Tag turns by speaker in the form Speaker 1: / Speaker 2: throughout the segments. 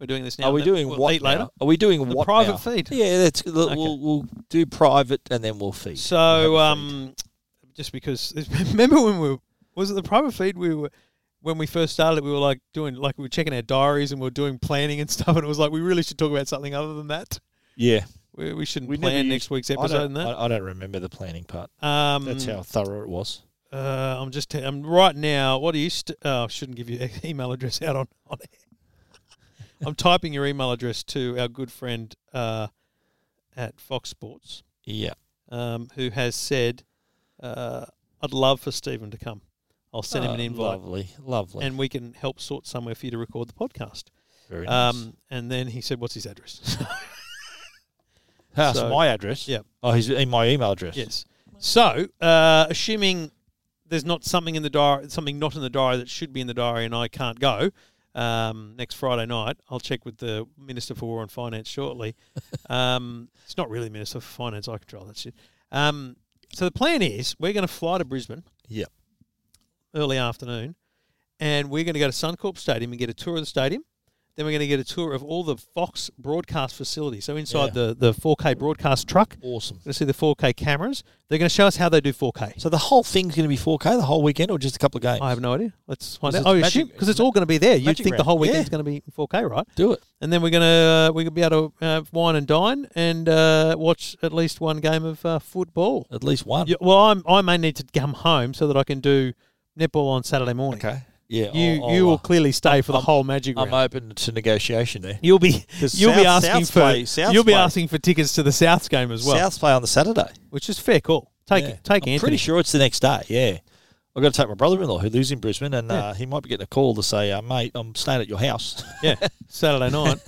Speaker 1: We're doing this now.
Speaker 2: Are we
Speaker 1: and then
Speaker 2: doing
Speaker 1: we'll
Speaker 2: what
Speaker 1: eat
Speaker 2: now?
Speaker 1: later?
Speaker 2: Are we doing
Speaker 1: The
Speaker 2: what
Speaker 1: private
Speaker 2: now?
Speaker 1: feed.
Speaker 2: Yeah, that's we'll, we'll, we'll do private and then we'll feed.
Speaker 1: So,
Speaker 2: We'll have a feed.
Speaker 1: um, just because remember when we were, was it the private feed we were when we first started? We were like doing like we were checking our diaries and we were doing planning and stuff, and it was like we really should talk about something other than that.
Speaker 2: yeah,
Speaker 1: We, we shouldn't
Speaker 2: We never
Speaker 1: plan
Speaker 2: used-
Speaker 1: next week's
Speaker 2: I
Speaker 1: episode.
Speaker 2: don't,
Speaker 1: And that
Speaker 2: I, I don't remember the planning part.
Speaker 1: um,
Speaker 2: That's how thorough it was.
Speaker 1: Uh, I'm just. I'm right now. What are you? St- oh, I shouldn't give your email address out on. on air. I'm typing your email address to our good friend uh, at Fox Sports,
Speaker 2: Yeah,
Speaker 1: um, who has said, uh, "I'd love for Stephen to come. I'll send him an
Speaker 2: Oh,
Speaker 1: invite,
Speaker 2: Lovely, lovely,
Speaker 1: and we can help sort somewhere for you to record the podcast."
Speaker 2: very nice.
Speaker 1: Um, and then he said, "What's his address?"
Speaker 2: That's
Speaker 1: so-
Speaker 2: Ah, my address.
Speaker 1: Yeah.
Speaker 2: Oh, he's in my email address.
Speaker 1: yes. So, uh, assuming there's not something in the diary, something not in the diary that should be in the diary, and I can't go um, next Friday night, I'll check with the Minister for War and Finance shortly. um, it's not really Minister for Finance; I control that shit. Um, so the plan is we're going to fly to Brisbane.
Speaker 2: Yep.
Speaker 1: Early afternoon, and we're going to go to Suncorp Stadium and get a tour of the stadium. Then we're going to get a tour of all the Fox broadcast facilities. So inside the the 4K broadcast truck,
Speaker 2: Awesome.
Speaker 1: going to see the 4K cameras. They're going to show us how they do 4K.
Speaker 2: So the whole thing's going to be 4K the whole weekend, or just a couple of games?
Speaker 1: I have no idea. Let's find
Speaker 2: 'Cause
Speaker 1: out.
Speaker 2: it's
Speaker 1: Oh,
Speaker 2: magic-
Speaker 1: because it's all going to be there. You would
Speaker 2: magic
Speaker 1: think the
Speaker 2: round.
Speaker 1: whole weekend's
Speaker 2: Yeah.
Speaker 1: going to be 4K, right?
Speaker 2: Do it.
Speaker 1: And then we're going to uh, we're going to be able to uh, wine and dine and uh, watch at least one game of uh, football.
Speaker 2: At least one.
Speaker 1: Yeah, well, I'm, I may need to come home so that I can do netball on Saturday morning.
Speaker 2: Okay.
Speaker 1: You
Speaker 2: Yeah. I'll-
Speaker 1: you
Speaker 2: I'll,
Speaker 1: will
Speaker 2: uh,
Speaker 1: clearly stay for the
Speaker 2: I'm-
Speaker 1: whole magic round.
Speaker 2: I'm open to negotiation there.
Speaker 1: you'll be
Speaker 2: 'Cause
Speaker 1: you'll be
Speaker 2: South-
Speaker 1: asking
Speaker 2: South's
Speaker 1: for
Speaker 2: play- South's
Speaker 1: you'll be
Speaker 2: play-
Speaker 1: asking for tickets to the Souths game as well,
Speaker 2: South's play on the Saturday.
Speaker 1: which is fair call. Take
Speaker 2: Yeah.
Speaker 1: take
Speaker 2: I'm
Speaker 1: Anthony.
Speaker 2: pretty sure it's the next day. Yeah. I've got to take my brother-in-law who lives in Brisbane, and
Speaker 1: Yeah.
Speaker 2: uh, he might be getting a call to say, uh, "Mate, I'm staying at your house."
Speaker 1: Yeah, Saturday night,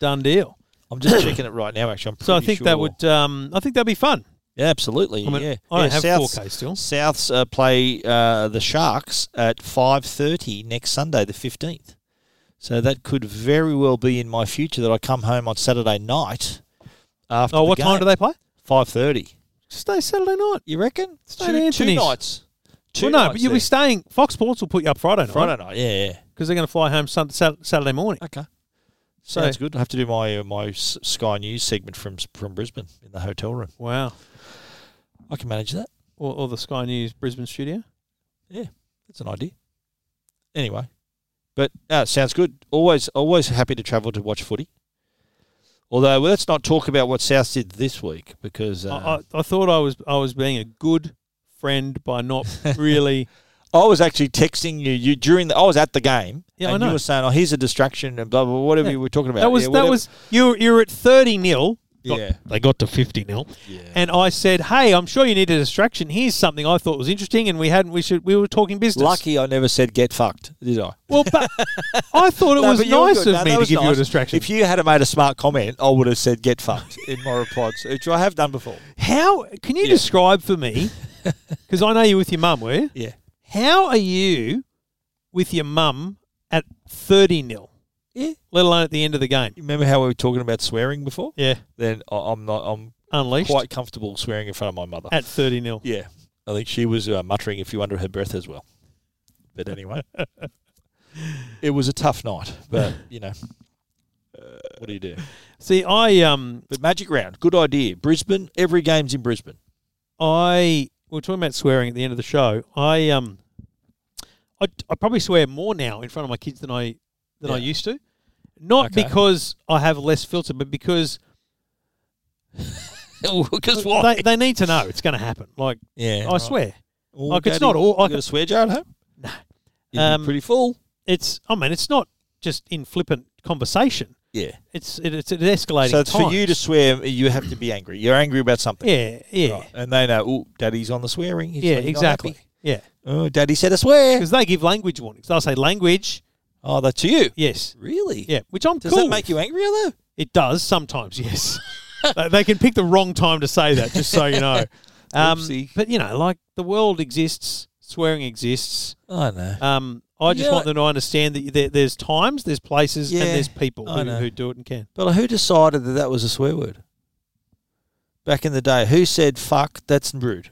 Speaker 1: done deal.
Speaker 2: I'm just checking it right now. Actually, I'm
Speaker 1: So I
Speaker 2: pretty
Speaker 1: think that
Speaker 2: sure.
Speaker 1: would, um, I think that'd be fun.
Speaker 2: yeah, absolutely.
Speaker 1: I mean,
Speaker 2: yeah,
Speaker 1: I don't
Speaker 2: yeah,
Speaker 1: have
Speaker 2: South's-
Speaker 1: 4K still.
Speaker 2: Souths uh, play uh, the Sharks at five thirty next Sunday, the fifteenth. So that could very well be in my future that I come home on Saturday night after.
Speaker 1: Oh, what time do they play?
Speaker 2: Five thirty.
Speaker 1: Stay Saturday night.
Speaker 2: You reckon?
Speaker 1: St.
Speaker 2: two, two
Speaker 1: Anthony's.
Speaker 2: nights. Two
Speaker 1: well, no, but
Speaker 2: nights
Speaker 1: you'll
Speaker 2: there.
Speaker 1: be staying. Fox Sports will put you up Friday night
Speaker 2: Friday night. Yeah, yeah.
Speaker 1: because they're going to fly home sun, Sat- Saturday morning.
Speaker 2: Okay. Sounds good. I have to do my uh, my S- Sky News segment from s- from Brisbane in the hotel room.
Speaker 1: Wow.
Speaker 2: I can manage that.
Speaker 1: Or, or the Sky News Brisbane studio.
Speaker 2: That's an idea. Anyway, but uh, sounds good. Always, always happy to travel to watch footy. Although, well, let's not talk about what South did this week because uh,
Speaker 1: I, I, I thought I was I was being a good friend by not really.
Speaker 2: I, was actually texting you. You during the I was at the game,
Speaker 1: Yeah, I
Speaker 2: and
Speaker 1: know.
Speaker 2: you were saying, "Oh, here's a distraction," and blah blah, blah whatever
Speaker 1: Yeah.
Speaker 2: you were talking about.
Speaker 1: that was
Speaker 2: Yeah,
Speaker 1: that
Speaker 2: whatever.
Speaker 1: was you. You're at thirty nil. Got-
Speaker 2: yeah,
Speaker 1: They got to fifty nil.
Speaker 2: yeah.
Speaker 1: And I said, "Hey, I'm sure you need a distraction. Here's something I thought was interesting, and we hadn't. We should. We were talking business.
Speaker 2: Lucky I never said get fucked, did I?
Speaker 1: Well, but I thought it
Speaker 2: No,
Speaker 1: was
Speaker 2: but you were
Speaker 1: nice
Speaker 2: good.
Speaker 1: of
Speaker 2: No, that
Speaker 1: me to
Speaker 2: was
Speaker 1: give you a
Speaker 2: nice.
Speaker 1: distraction.
Speaker 2: If you had made a smart comment, I would have said get fucked in my replies, which I have done before.
Speaker 1: how can you
Speaker 2: Yeah.
Speaker 1: describe for me? Because I know you with your mum, were you?
Speaker 2: Yeah,
Speaker 1: How are you with your mum at thirty nil?
Speaker 2: Yeah.
Speaker 1: Let alone at the end of the game.
Speaker 2: you remember how we were talking about swearing before?
Speaker 1: Yeah.
Speaker 2: Then I- I'm not. I'm
Speaker 1: Unleashed
Speaker 2: quite comfortable swearing in front of my mother.
Speaker 1: at thirty nil.
Speaker 2: Yeah, I think she was uh, muttering a few under her breath as well. But anyway, it was a tough night. But you know, what do you do?
Speaker 1: See, I um,
Speaker 2: But magic round, good idea. Brisbane, every game's in Brisbane.
Speaker 1: I we we're talking about swearing at the end of the show. I um, I, I probably swear more now in front of my kids than I than I
Speaker 2: Yeah.
Speaker 1: used to. Not
Speaker 2: Okay.
Speaker 1: because I have less filter, but because
Speaker 2: Because
Speaker 1: they, they need to know it's going to happen. Like
Speaker 2: Yeah,
Speaker 1: I
Speaker 2: right.
Speaker 1: swear,
Speaker 2: Well,
Speaker 1: like it's
Speaker 2: Daddy,
Speaker 1: not all.
Speaker 2: You
Speaker 1: Like,
Speaker 2: got a swear jar at home?
Speaker 1: No.
Speaker 2: You'd be
Speaker 1: Um,
Speaker 2: pretty full.
Speaker 1: it's I mean, it's not just in flippant conversation.
Speaker 2: Yeah.
Speaker 1: It's it, it's an escalating.
Speaker 2: So it's for
Speaker 1: times.
Speaker 2: you to swear. You have to be angry. You're angry about something.
Speaker 1: Yeah, yeah,
Speaker 2: Right. And they know, oh, daddy's on the swearing. He's
Speaker 1: yeah,
Speaker 2: not- he's not
Speaker 1: exactly.
Speaker 2: happy.
Speaker 1: Yeah,
Speaker 2: Oh, daddy said a swear.
Speaker 1: because they give language warnings. They'll say language.
Speaker 2: Oh, that's to you.
Speaker 1: Yes.
Speaker 2: Really?
Speaker 1: Yeah, which I'm
Speaker 2: Does
Speaker 1: cool.
Speaker 2: that make you angrier though?
Speaker 1: It does sometimes, yes. They- they can pick the wrong time to say that, just so you know. Um,
Speaker 2: Oopsie.
Speaker 1: but you know, like the world exists, swearing exists.
Speaker 2: I know.
Speaker 1: Um, I just
Speaker 2: Yeah.
Speaker 1: want them to understand that there, there's times, there's places,
Speaker 2: Yeah,
Speaker 1: and there's people
Speaker 2: I
Speaker 1: who,
Speaker 2: know.
Speaker 1: who do it and can.
Speaker 2: But uh, who decided that that was a swear word? Back in the day, who said "fuck"? That's rude.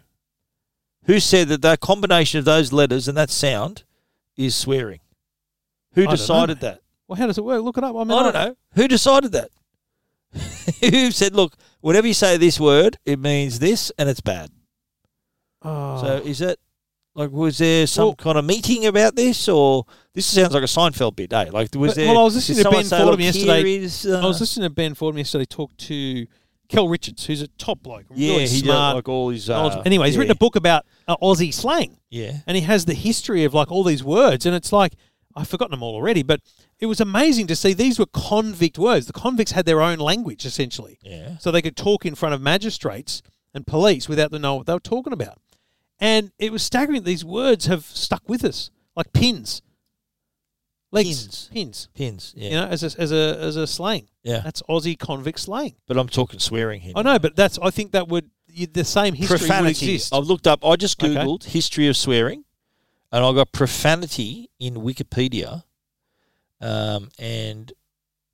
Speaker 2: Who said that that combination of those letters and that sound is swearing? Who
Speaker 1: don't know,
Speaker 2: decided that?
Speaker 1: Well, how does it work? Look it up. I, mean,
Speaker 2: I don't know. Who decided that? Who said, look, whenever you say this word, it means this and it's bad?
Speaker 1: Oh.
Speaker 2: So is that like was there some
Speaker 1: Well-
Speaker 2: kind of meeting about this or this sounds like a Seinfeld bit, eh? Like was
Speaker 1: But-
Speaker 2: there?
Speaker 1: well, I was
Speaker 2: did
Speaker 1: listening to
Speaker 2: someone
Speaker 1: Ben
Speaker 2: say,
Speaker 1: Fordham
Speaker 2: "Look, here
Speaker 1: yesterday."
Speaker 2: is, uh,
Speaker 1: I was listening to Ben Fordham yesterday talk to Kel Richards, who's a top bloke,
Speaker 2: yeah,
Speaker 1: really
Speaker 2: he did,
Speaker 1: smart.
Speaker 2: like all his. Uh,
Speaker 1: knowledgeable. anyway, he's
Speaker 2: yeah,
Speaker 1: written a book about uh, Aussie slang.
Speaker 2: Yeah,
Speaker 1: and he has the history of like all these words and it's like i've forgotten them all already but it was amazing to see these were convict words the convicts had their own language essentially
Speaker 2: yeah.
Speaker 1: so they could talk in front of magistrates and police without them knowing what they were talking about and it was staggering that these words have stuck with us like pins legs
Speaker 2: Pins.
Speaker 1: pins
Speaker 2: Pins. Yeah,
Speaker 1: you know as a, as a as a slang
Speaker 2: yeah.
Speaker 1: that's aussie convict slang
Speaker 2: But I'm talking swearing here.
Speaker 1: i know but that's i think that would you, the same history would
Speaker 2: profanity.
Speaker 1: exist
Speaker 2: I've looked up. I just
Speaker 1: Okay.
Speaker 2: googled history of swearing, and I got profanity in Wikipedia, um, and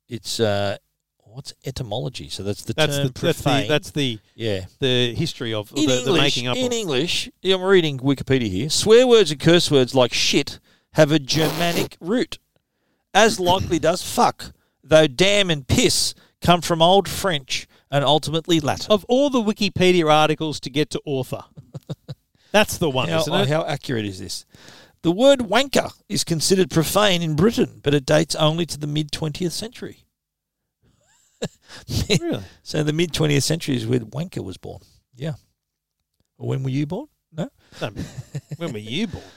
Speaker 2: it's uh, what's etymology? So that's the
Speaker 1: that's
Speaker 2: term
Speaker 1: the, that's
Speaker 2: profane.
Speaker 1: the that's the
Speaker 2: yeah.
Speaker 1: the history of the,
Speaker 2: in
Speaker 1: the
Speaker 2: English,
Speaker 1: making up
Speaker 2: in
Speaker 1: of.
Speaker 2: English, yeah, I'm reading Wikipedia here. Swear words and curse words like shit have a Germanic root, as likely does fuck, though damn and piss come from Old French and ultimately Latin.
Speaker 1: of all the Wikipedia articles to get to author. That's the one,
Speaker 2: How,
Speaker 1: isn't it?
Speaker 2: how accurate is this? The word wanker is considered profane in Britain, but it dates only to the mid 20th century.
Speaker 1: Really?
Speaker 2: So the mid 20th century is when wanker was born. Yeah. When were you born? No.
Speaker 1: No, when were you born? Like,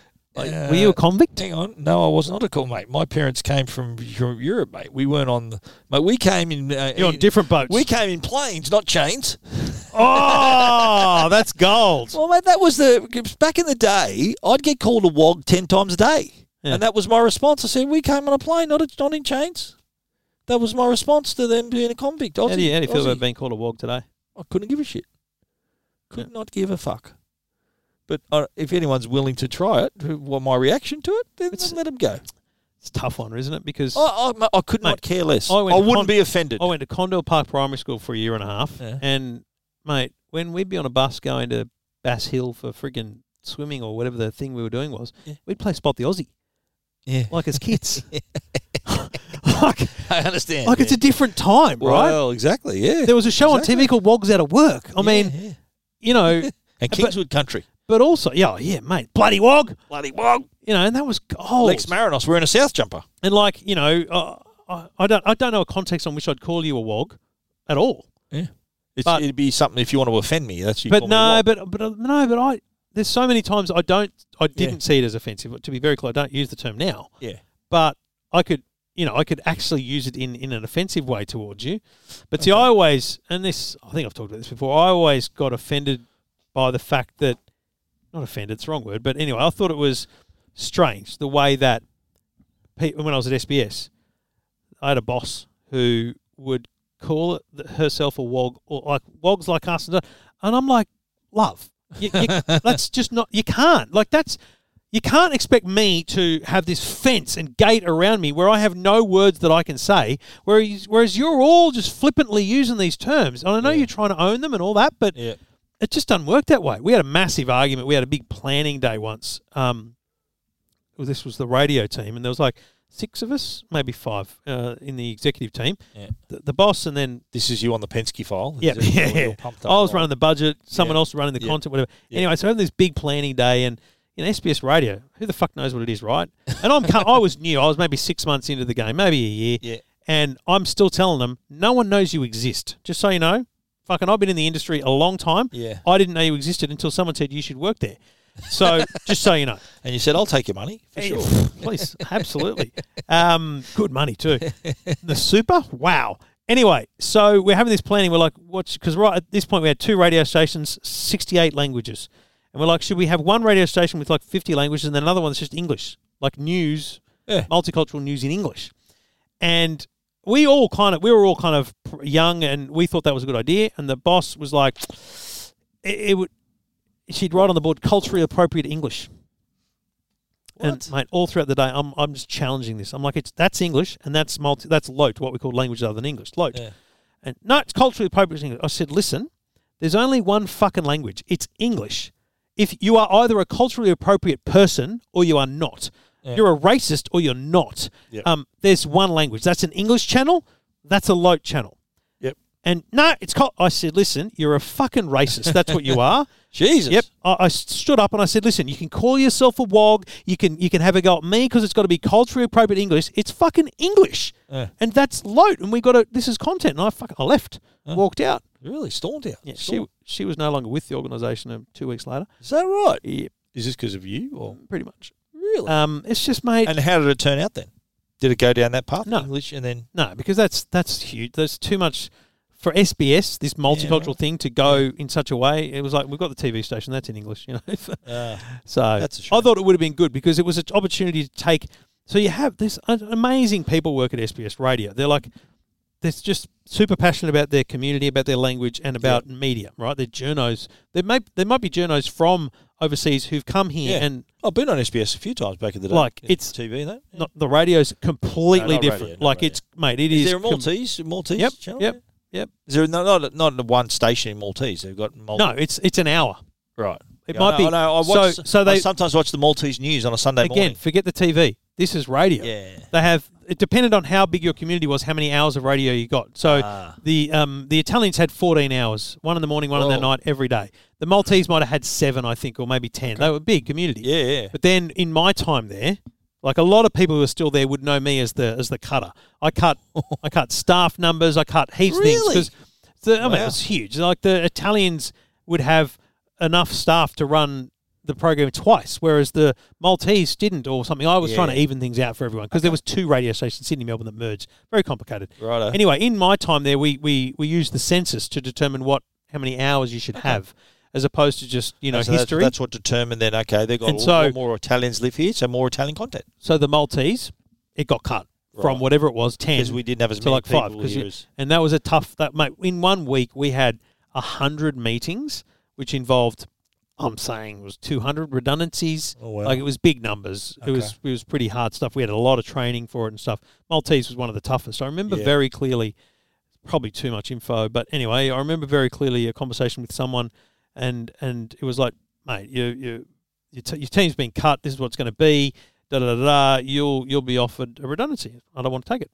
Speaker 2: Uh,
Speaker 1: were you a convict?
Speaker 2: Hang on. No, I was not a call mate. My parents came from Eu- Europe, mate. We weren't on the. Mate, we came in. Uh,
Speaker 1: You're on different boats.
Speaker 2: we came in planes, not chains.
Speaker 1: oh, that's gold.
Speaker 2: Well, mate, that was the 'cause back in the day. I'd get called a wog ten times a day,
Speaker 1: Yeah.
Speaker 2: and that was my response. I said, "We came on a plane, not a, not in chains." That was my response to them being a convict. Aussie,
Speaker 1: How do you, how do you feel
Speaker 2: Aussie.
Speaker 1: about being called a wog today?
Speaker 2: I couldn't give a shit. Could not give a fuck. But uh, if anyone's willing to try it, what my reaction to it, then
Speaker 1: It's-
Speaker 2: let them go.
Speaker 1: It's a tough one, isn't it? Because
Speaker 2: I, I, I could not
Speaker 1: Mate,
Speaker 2: care less. I,
Speaker 1: I went
Speaker 2: wouldn't
Speaker 1: con-
Speaker 2: be offended.
Speaker 1: I went to Condell Park Primary School for a year and a half,
Speaker 2: Yeah.
Speaker 1: and mate, when we'd be on a bus going to Bass Hill for friggin' swimming or whatever the thing we were doing was,
Speaker 2: Yeah.
Speaker 1: we'd play Spot the Aussie
Speaker 2: yeah,
Speaker 1: like as kids. like,
Speaker 2: I understand.
Speaker 1: like it's a different time, right?
Speaker 2: Well, exactly. Yeah.
Speaker 1: There was a show
Speaker 2: Exactly.
Speaker 1: on TV called Wogs Out of Work. I
Speaker 2: Yeah,
Speaker 1: mean,
Speaker 2: yeah.
Speaker 1: you know,
Speaker 2: and Kingswood Country.
Speaker 1: but also, yeah, yeah, mate, bloody wog,
Speaker 2: Bloody wog.
Speaker 1: you know, and that was gold.
Speaker 2: Lex Marinos wearing a South jumper.
Speaker 1: and like, you know, uh, I, I don't, I don't know a context on which I'd call you a wog at all.
Speaker 2: It's,
Speaker 1: But-
Speaker 2: it'd be something if you want to offend me. That's you.
Speaker 1: but
Speaker 2: call me
Speaker 1: no,
Speaker 2: wog.
Speaker 1: but but uh, no, but I. There's so many times I don't, I didn't see it as offensive. To be very clear, I don't use the term now,
Speaker 2: yeah,
Speaker 1: but I could, you know, I could actually use it in in an offensive way towards you. But see, I always, and this, I think I've talked about this before. I always got offended by the fact that, not offended, it's the wrong word, but anyway, I thought it was strange the way that pe- when I was at SBS, I had a boss who would call it, th- herself a wog or like wogs like us, and and I'm like, love, you, you, that's just not you can't like that's. You can't expect me to have this fence and gate around me where I have no words that I can say, whereas, whereas you're all just flippantly using these terms. And I know
Speaker 2: Yeah.
Speaker 1: you're trying to own them and all that, but
Speaker 2: yeah.
Speaker 1: it just doesn't work that way. We had a massive argument. We had a big planning day once. Um, well, this was the radio team, and there was like six of us, maybe five, uh, in the executive team.
Speaker 2: Yeah.
Speaker 1: The, the boss, and then
Speaker 2: This is you on the Penske file.
Speaker 1: Yeah,
Speaker 2: Is it-
Speaker 1: yeah,
Speaker 2: you're
Speaker 1: yeah.
Speaker 2: pumped up
Speaker 1: I was
Speaker 2: for it.
Speaker 1: running the budget, someone
Speaker 2: Yeah.
Speaker 1: else was running the
Speaker 2: Yeah.
Speaker 1: content, whatever.
Speaker 2: Yeah.
Speaker 1: Anyway, so having this big planning day, and you know, SBS radio, who the fuck knows what it is, right? And I'm, co- I was new. I was maybe six months into the game, maybe a year
Speaker 2: Yeah,
Speaker 1: and I'm still telling them no one knows you exist. Just so you know, fucking, I've been in the industry a long time.
Speaker 2: Yeah.
Speaker 1: I didn't know you existed until someone said you should work there. So just so you know,
Speaker 2: and you said I'll take your money for
Speaker 1: Hey,
Speaker 2: sure.
Speaker 1: please, absolutely, um, good money too. The super, wow. Anyway, so we're having this planning. We're like, what's because right at this point we had two radio stations, sixty-eight languages, and we're like, should we have one radio station with like fifty languages and then another one that's just English, like news,
Speaker 2: Yeah.
Speaker 1: multicultural news in English? and we all kind of we were all kind of pr- young and we thought that was a good idea and the boss was like it, it would she'd write on the board culturally appropriate english and
Speaker 2: What?
Speaker 1: mate all throughout the day i'm i'm just challenging this i'm like it's that's english and that's multi that's lote what we call languages other than english lote
Speaker 2: Yeah.
Speaker 1: and no it's culturally appropriate english i said listen there's only one fucking language it's english if you are either a culturally appropriate person or you are not
Speaker 2: Yeah.
Speaker 1: You're a racist or you're not.
Speaker 2: Yep.
Speaker 1: Um, there's one language. That's an English channel. That's a Lote channel.
Speaker 2: Yep.
Speaker 1: And no, it's called. I said, listen, you're a fucking racist. That's what you are.
Speaker 2: Jesus.
Speaker 1: Yep. I, I stood up and I said, "Listen, you can call yourself a wog. You can you can have a go at me because it's got to be culturally appropriate English. It's fucking English,
Speaker 2: Yeah.
Speaker 1: and that's loat. And we got to. This is content. And I fuck. I left, walked out.
Speaker 2: Really stormed out.
Speaker 1: Yeah, she
Speaker 2: Stormed.
Speaker 1: she was no longer with the organisation. um, Two weeks later,
Speaker 2: Is that right?
Speaker 1: yeah,
Speaker 2: Is this because of you or
Speaker 1: pretty much.
Speaker 2: really?
Speaker 1: Um, it's just made
Speaker 2: and how did it turn out then? Did it go down that path?
Speaker 1: No.
Speaker 2: English and then
Speaker 1: no because that's that's huge. There's too much for SBS. This multicultural
Speaker 2: right.
Speaker 1: thing to go in such a way. It was like we've got the TV station that's in English, you know.
Speaker 2: uh,
Speaker 1: So
Speaker 2: That's a shame.
Speaker 1: I thought it would have been good because it was an opportunity to take. So you have this a- amazing people work at SBS Radio. They're like, they're just super passionate about their community, about their language, and about media. Right? They're journos. There may there might be journos from overseas who've come here
Speaker 2: Yeah.
Speaker 1: and
Speaker 2: I've been on SBS a few times back in the day.
Speaker 1: Like,
Speaker 2: In
Speaker 1: it's-
Speaker 2: TV and that. Yeah.
Speaker 1: not, the radio's completely
Speaker 2: No, not
Speaker 1: different.
Speaker 2: radio, not
Speaker 1: like
Speaker 2: radio.
Speaker 1: it's mate, it
Speaker 2: Is
Speaker 1: is.
Speaker 2: there a
Speaker 1: com-
Speaker 2: Maltese Maltese
Speaker 1: Yep,
Speaker 2: channel?
Speaker 1: yep, yep.
Speaker 2: Is there no, not not one station in Maltese? They've got Mal-
Speaker 1: no, it's it's an hour.
Speaker 2: right.
Speaker 1: It
Speaker 2: Yeah,
Speaker 1: might
Speaker 2: I
Speaker 1: be.
Speaker 2: know, I know. I
Speaker 1: so-
Speaker 2: watch,
Speaker 1: so
Speaker 2: I
Speaker 1: they-
Speaker 2: sometimes watch the Maltese news on a Sunday
Speaker 1: Again, forget the TV. This is radio.
Speaker 2: morning. Yeah.
Speaker 1: They have it depended on how big your community was, how many hours of radio you got. So
Speaker 2: Ah.
Speaker 1: the um, the Italians had fourteen hours, one in the morning, one in the
Speaker 2: Whoa.
Speaker 1: night, every day. The Maltese might have had seven, I think, or maybe ten. They were a big community.
Speaker 2: Yeah, yeah.
Speaker 1: But then in my time there, like a lot of people who are still there would know me as the as the cutter. I cut I cut staff numbers, I cut heaps of
Speaker 2: Really?
Speaker 1: things because I mean
Speaker 2: Wow.
Speaker 1: it was huge. Like the Italians would have enough staff to run the program twice, whereas the Maltese didn't or something. I was trying to
Speaker 2: Yeah.
Speaker 1: even things out for everyone because there was two radio stations, Sydney, Melbourne, that merged. Very complicated.
Speaker 2: Righto.
Speaker 1: Anyway, in my time there, we we we used the census to determine what how many hours you should have, as opposed to just you know
Speaker 2: so that's,
Speaker 1: history.
Speaker 2: that's what determined then, okay, they've got
Speaker 1: And
Speaker 2: a
Speaker 1: so-
Speaker 2: lot more Italians live here, so more Italian content.
Speaker 1: So the Maltese, it got cut
Speaker 2: Right.
Speaker 1: from whatever it was, ten
Speaker 2: Because we didn't have as
Speaker 1: to
Speaker 2: many
Speaker 1: like five.
Speaker 2: people
Speaker 1: 'cause
Speaker 2: here
Speaker 1: you-
Speaker 2: as-
Speaker 1: and that was a tough. That mate, in one week we had hundred meetings, which involved, I'm saying, was two hundred redundancies.
Speaker 2: Oh, wow.
Speaker 1: Like it was big numbers. It was it was pretty hard stuff. We had a lot of training for it and stuff. Maltese was one of the toughest. I remember
Speaker 2: Yeah.
Speaker 1: very clearly, probably too much info, but anyway, I remember very clearly a conversation with someone, and and it was like, mate, you you your, t- your team's been cut. This is what's going to be. Da, da da da. You'll you'll be offered a redundancy. I don't want to take it.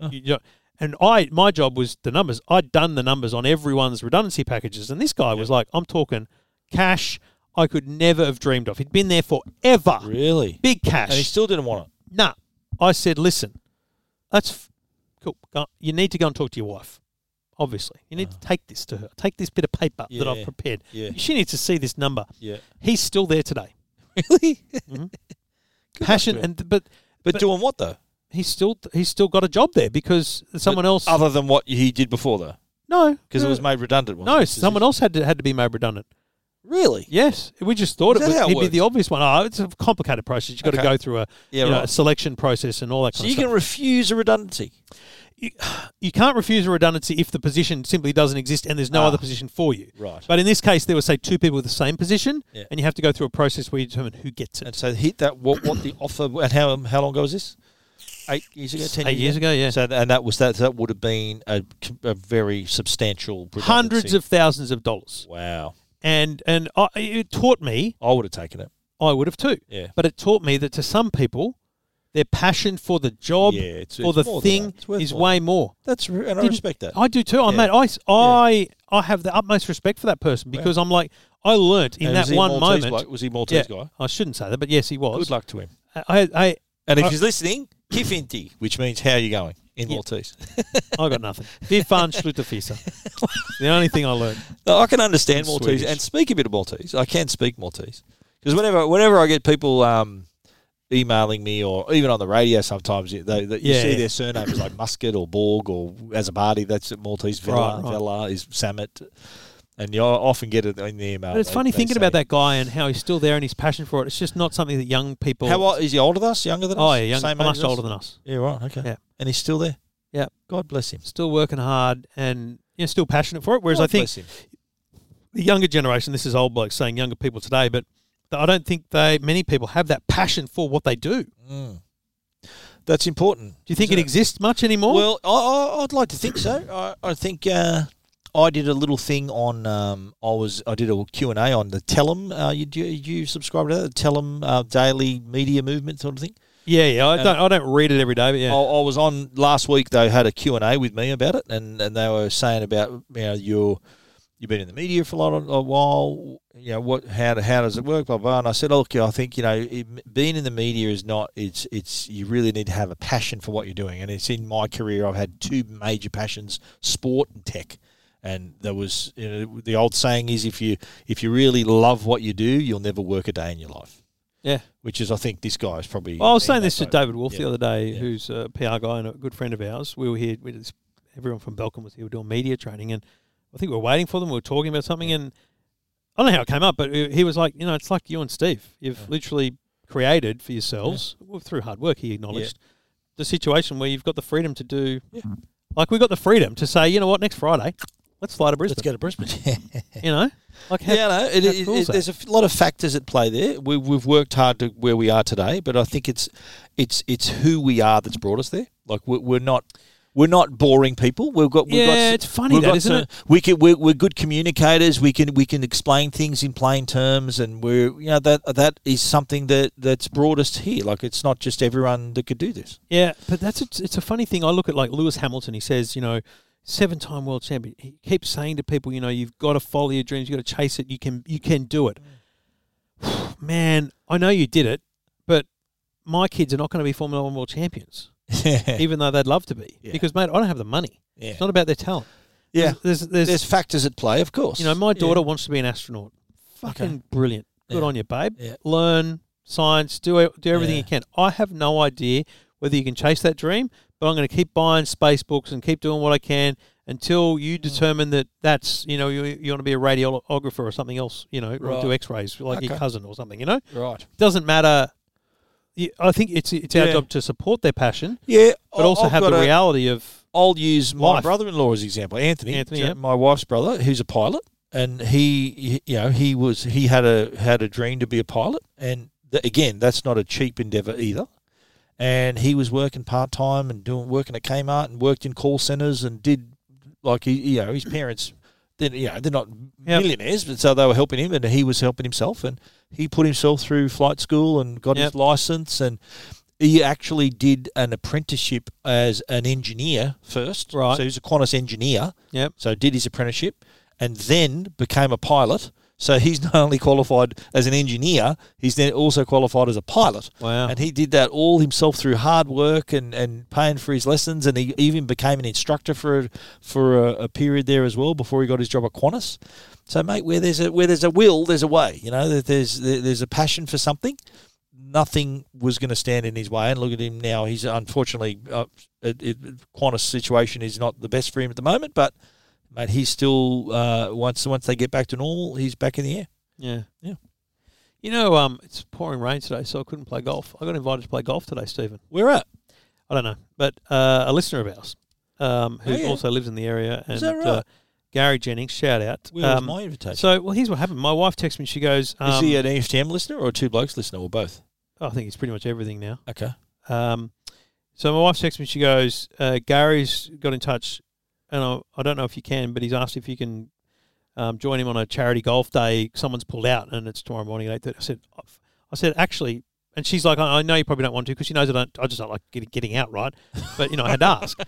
Speaker 2: Oh.
Speaker 1: You- you- and I my job was the numbers. I'd done the numbers on everyone's redundancy packages, and this guy was like, I'm talking cash. I could never have dreamed of. He'd been there forever.
Speaker 2: Really?
Speaker 1: Big
Speaker 2: And he
Speaker 1: cash.
Speaker 2: still didn't want it.
Speaker 1: nah. I said, listen, that's f- cool. Go, you need to go and talk to your wife. Obviously, you need to take this to her. Take this bit of paper that I've
Speaker 2: Ah. Yeah.
Speaker 1: prepared.
Speaker 2: Yeah.
Speaker 1: She needs to see this number.
Speaker 2: Yeah.
Speaker 1: He's still there today.
Speaker 2: Really?
Speaker 1: Passion
Speaker 2: to him.
Speaker 1: and but
Speaker 2: Mm-hmm. But,
Speaker 1: But-
Speaker 2: doing what though?
Speaker 1: he's still he's still got a job there because someone else
Speaker 2: Other than what he did before though,
Speaker 1: no
Speaker 2: because it was
Speaker 1: no,
Speaker 2: made redundant. wasn't
Speaker 1: no
Speaker 2: it?
Speaker 1: someone else had to had to be made redundant.
Speaker 2: Really?
Speaker 1: Yes, we just thought
Speaker 2: Is
Speaker 1: it
Speaker 2: that
Speaker 1: was
Speaker 2: how it
Speaker 1: he'd be
Speaker 2: works?
Speaker 1: the obvious one. Oh, it's a complicated process. You've got to
Speaker 2: Okay.
Speaker 1: go through a
Speaker 2: Yeah.
Speaker 1: you know,
Speaker 2: right.
Speaker 1: a selection process and all that
Speaker 2: so
Speaker 1: kind of
Speaker 2: you can
Speaker 1: stuff.
Speaker 2: refuse a redundancy.
Speaker 1: you can't refuse a redundancy if the position simply doesn't exist and there's no
Speaker 2: Ah.
Speaker 1: other position for you.
Speaker 2: Right.
Speaker 1: But in this case, there were say two people with the same position,
Speaker 2: Yeah.
Speaker 1: and you have to go through a process where you determine who gets it.
Speaker 2: And so hit that. What? What the offer? And how? How long ago was this? Eight years ago. Uh, Ten
Speaker 1: Eight years ago, yeah,
Speaker 2: So and that was that. That would have been a, a very substantial. Redundancy.
Speaker 1: hundreds of thousands of dollars,
Speaker 2: Wow.
Speaker 1: and and I, it taught me
Speaker 2: I would have taken it.
Speaker 1: I would have too.
Speaker 2: Yeah.
Speaker 1: But it taught me that to some people, their passion for the job
Speaker 2: Yeah, it's-
Speaker 1: or
Speaker 2: it's
Speaker 1: the
Speaker 2: more than
Speaker 1: thing
Speaker 2: that. It's worth
Speaker 1: is
Speaker 2: more.
Speaker 1: way more.
Speaker 2: That's re- and I
Speaker 1: Did-
Speaker 2: respect that.
Speaker 1: I do too. I
Speaker 2: Yeah.
Speaker 1: mate, I s- I I have the utmost respect for that person because I'm like I learnt in
Speaker 2: And was
Speaker 1: that
Speaker 2: he a
Speaker 1: one
Speaker 2: Maltese
Speaker 1: moment.
Speaker 2: bloke? was he a
Speaker 1: yeah,
Speaker 2: Maltese guy?
Speaker 1: I shouldn't say that, but yes, he was.
Speaker 2: Good luck to him. Uh,
Speaker 1: I, I
Speaker 2: And if
Speaker 1: I-
Speaker 2: he's listening, kifinti, which means how are you going in
Speaker 1: Yeah.
Speaker 2: Maltese.
Speaker 1: I got nothing. Wir fahren Schlitterfisser. The only thing I learned.
Speaker 2: No, I can understand Maltese
Speaker 1: Swedish.
Speaker 2: and speak a bit of Maltese. I can speak Maltese because whenever whenever I get people um, emailing me or even on the radio, sometimes you, they, they, you
Speaker 1: Yeah,
Speaker 2: see
Speaker 1: yeah.
Speaker 2: their surnames like Muscat or Borg or Azabadi. That's Maltese. Vela,
Speaker 1: Right, right.
Speaker 2: Vela is Samet, and you often get it in the email.
Speaker 1: But it's funny thinking about that guy and how he's still there and his passion for it. It's just not something that young people.
Speaker 2: How old is he? Older than us? Younger than us?
Speaker 1: oh, yeah, young,
Speaker 2: Same age
Speaker 1: much
Speaker 2: as us?
Speaker 1: older than us.
Speaker 2: Yeah, right. Okay.
Speaker 1: Yeah.
Speaker 2: And he's still there.
Speaker 1: Yeah.
Speaker 2: God bless him.
Speaker 1: Still working hard and you know, still passionate for it. Whereas
Speaker 2: God
Speaker 1: I think
Speaker 2: bless him.
Speaker 1: the younger generation, this is old blokes saying younger people today, but I don't think they many people have that passion for what they do. Do
Speaker 2: Mm. that's important.
Speaker 1: you think
Speaker 2: Is
Speaker 1: it exists much anymore?
Speaker 2: Well, I, I, I'd like to think so. I, I think uh, I did a little thing on. Um, I was I did a Q and A on the Telum. Uh, you do you subscribe to that the Telum uh, Daily Media Movement sort of thing?
Speaker 1: Yeah, yeah. I
Speaker 2: And-
Speaker 1: don't, I don't read it every day, but yeah.
Speaker 2: I, I was on last week. They had a Q and A with me about it, and, and they were saying about you know your you've been in the media for a lot of, a while. You know what? How how does it work? Blah blah. And I said, look, I think you know it, being in the media is not. It's it's you really need to have a passion for what you're doing. And it's in my career, I've had two major passions: sport and tech. And there was you know, the old saying is if you if you really love what you do, you'll never work a day in your life.
Speaker 1: Yeah.
Speaker 2: Which is, I think, this guy is probably.
Speaker 1: Well, I was saying
Speaker 2: in
Speaker 1: this
Speaker 2: that
Speaker 1: to
Speaker 2: boat.
Speaker 1: David Wolf
Speaker 2: Yeah.
Speaker 1: the other day,
Speaker 2: Yeah.
Speaker 1: who's a PR guy and a good friend of ours. We were here, we just, everyone from Belcom was here, we were doing media training, and I think we were waiting for them. We were talking about something, and I don't know how it came up, but he he was like, you know, it's like you and Steve. You've
Speaker 2: Yeah.
Speaker 1: literally created for yourselves well, through hard work. He acknowledged the situation where you've got the freedom to do,
Speaker 2: Yeah.
Speaker 1: like we got the freedom to say, you know what, next Friday, let's fly to Brisbane.
Speaker 3: Let's go to Brisbane.
Speaker 1: You know, like how,
Speaker 2: yeah, no, it,
Speaker 1: how
Speaker 2: it-
Speaker 1: cool
Speaker 2: it-
Speaker 1: is that?
Speaker 2: there's a f- lot of factors at play there. We, we've worked hard to where we are today, but I think it's it's it's who we are that's brought us there. Like we're, we're not we're not boring people. We've got we've got,
Speaker 1: Yeah,
Speaker 2: s-
Speaker 1: it's funny
Speaker 2: we've
Speaker 1: that,
Speaker 2: got
Speaker 1: isn't
Speaker 2: some-
Speaker 1: it?
Speaker 2: We can we're, we're good communicators. We can we can explain things in plain terms, and we're you know that that is something that that's brought us here. Like it's not just everyone that could do this.
Speaker 1: Yeah, but that's a, it's a funny thing. I look at like Lewis Hamilton. He says, you know, seven-time world champion. He keeps saying to people, you know, you've got to follow your dreams. You've got to chase it. You can you can do it. Man, I know you did it, but my kids are not going to be Formula One world champions,
Speaker 2: yeah,
Speaker 1: even though they'd love to be.
Speaker 2: Yeah.
Speaker 1: Because mate, I don't have the money. It's not about their talent.
Speaker 2: yeah.
Speaker 1: There's, there's,
Speaker 2: There's factors at play, of course.
Speaker 1: you know, my
Speaker 2: Yeah.
Speaker 1: daughter wants to be an astronaut. Fucking brilliant. Good
Speaker 2: Yeah.
Speaker 1: on you, babe.
Speaker 2: Yeah.
Speaker 1: Learn science. Do e- do everything
Speaker 2: Yeah.
Speaker 1: you can. I have no idea whether you can chase that dream, but I'm going to keep buying space books and keep doing what I can until
Speaker 2: Mm.
Speaker 1: you determine that that's you know you, you want to be a radiographer or something else. You know, or
Speaker 2: Right.
Speaker 1: do X-rays like your
Speaker 2: Okay.
Speaker 1: cousin or something. You know,
Speaker 2: Right.
Speaker 1: doesn't matter. You- I think it's it's our
Speaker 2: Yeah.
Speaker 1: job to support their passion,
Speaker 2: Yeah,
Speaker 1: but also have the
Speaker 2: reality.
Speaker 1: reality of
Speaker 2: I'll use my
Speaker 1: Life.
Speaker 2: brother-in-law as an example, Anthony,
Speaker 1: Anthony,
Speaker 2: Ja-
Speaker 1: yep.
Speaker 2: my wife's brother, who's a pilot, and he, he- you know, he was he had a had a dream to be a pilot, and th- again, that's not a cheap endeavor either. And he was working part time and doing working at Kmart and worked in call centers and did like he, you know his parents, then you know they're not
Speaker 1: Yep.
Speaker 2: millionaires, but so they were helping him, and he was helping himself, and he put himself through flight school and got
Speaker 1: Yep.
Speaker 2: his license and he actually did an apprenticeship as an engineer first.
Speaker 1: Right.
Speaker 2: So he was a Qantas engineer.
Speaker 1: Yep.
Speaker 2: So did his apprenticeship and then became a pilot. So he's not only qualified as an engineer, he's then also qualified as a pilot.
Speaker 1: wow.
Speaker 2: And he did that all himself through hard work and, and paying for his lessons. And he even became an instructor for a, for a, a period there as well before he got his job at Qantas. So, mate, where there's a where there's a will, there's a way. You know, that there's there- there's a passion for something. Nothing was going to stand in his way. And look at him now. He's unfortunately uh, it, it, Qantas situation is not the best for him at the moment, but. Mate, he's still uh, once once they get back to normal, he's back in the air.
Speaker 1: Yeah.
Speaker 2: Yeah.
Speaker 1: You know, um, it's pouring rain today, so I couldn't play golf. I got invited to play golf today, Stephen.
Speaker 2: Where at?
Speaker 1: I don't know, but uh, a listener of ours um, who
Speaker 2: Oh, yeah.
Speaker 1: also lives in the area and
Speaker 2: Is that
Speaker 1: uh,
Speaker 2: right?
Speaker 1: Gary Jennings, shout out.
Speaker 2: Where
Speaker 1: Um,
Speaker 2: was my invitation?
Speaker 1: so, well, here's what happened. My wife texts me. She goes, um,
Speaker 2: is he an E EFTM listener or a two blokes listener or both?
Speaker 1: I think it's pretty much everything now.
Speaker 2: Okay.
Speaker 1: Um, so my wife texts me. She goes, uh, Gary's got in touch, and I, I don't know if you can, but he's asked if you can um, join him on a charity golf day. Someone's pulled out, and it's tomorrow morning at eight thirty. I said, "Oh, I said actually, and she's like, I, I know you probably don't want to because she knows I don't. I just don't like get, getting out, right? But you know, I had to ask,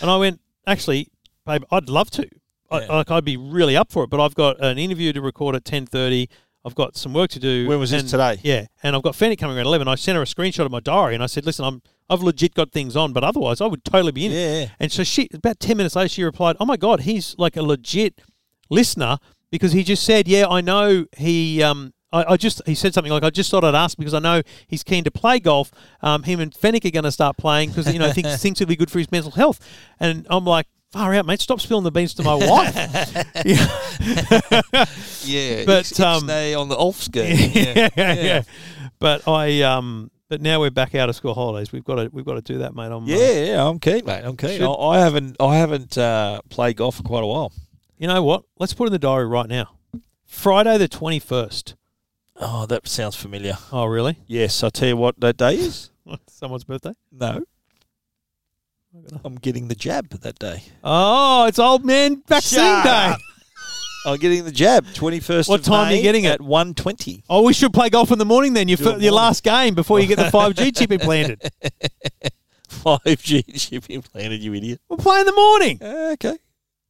Speaker 1: and I went, actually, babe, I'd love to. I,
Speaker 2: Yeah.
Speaker 1: Like I'd be really up for it, but I've got an interview to record at ten thirty. I've got some work to do.
Speaker 2: When was this
Speaker 1: and-
Speaker 2: today?
Speaker 1: yeah, and I've got Fanny coming around eleven. I sent her a screenshot of my diary, and I said, "Listen, I'm I've legit got things on, but otherwise I would totally be in." it."
Speaker 2: Yeah.
Speaker 1: And so she, about ten minutes later, she replied, "Oh my god, he's like a legit listener because he just said, yeah, I know he." Um, I, I just he said something like I just thought I'd ask because I know he's keen to play golf. Um, him and Fennick are going to start playing because you know thinks thinks it'll be good for his mental health. And I'm like, far out, mate! Stop spilling the beans to my wife. yeah.
Speaker 2: Yeah.
Speaker 1: But, it's- it's um,
Speaker 2: they on the off scale.
Speaker 1: yeah, yeah. But I um, but now we're back out of school holidays. We've got to we've got to do that, mate. I'm, uh,
Speaker 2: Yeah, yeah, I'm keen, mate. I'm keen.
Speaker 1: Should-
Speaker 2: I, I haven't, I haven't uh, played golf for quite a while.
Speaker 1: you know what? Let's put in the diary right now. Friday the twenty first.
Speaker 2: Oh, that sounds familiar.
Speaker 1: Oh, really?
Speaker 2: Yes, I tell you what, that day is.
Speaker 1: What, Someone's birthday?
Speaker 2: No, I'm getting the jab that day.
Speaker 1: Oh, it's old man vaccine
Speaker 2: Shut
Speaker 1: day.
Speaker 2: up. I'm getting the jab. Twenty first.
Speaker 1: What time are you getting it?
Speaker 2: at? One twenty.
Speaker 1: Oh, we should play golf in the morning then. Your,
Speaker 2: Do it
Speaker 1: fir- your
Speaker 2: morning.
Speaker 1: last game before you get the five G chip implanted.
Speaker 2: Five G chip implanted. You idiot.
Speaker 1: We'll play in the morning.
Speaker 2: Okay.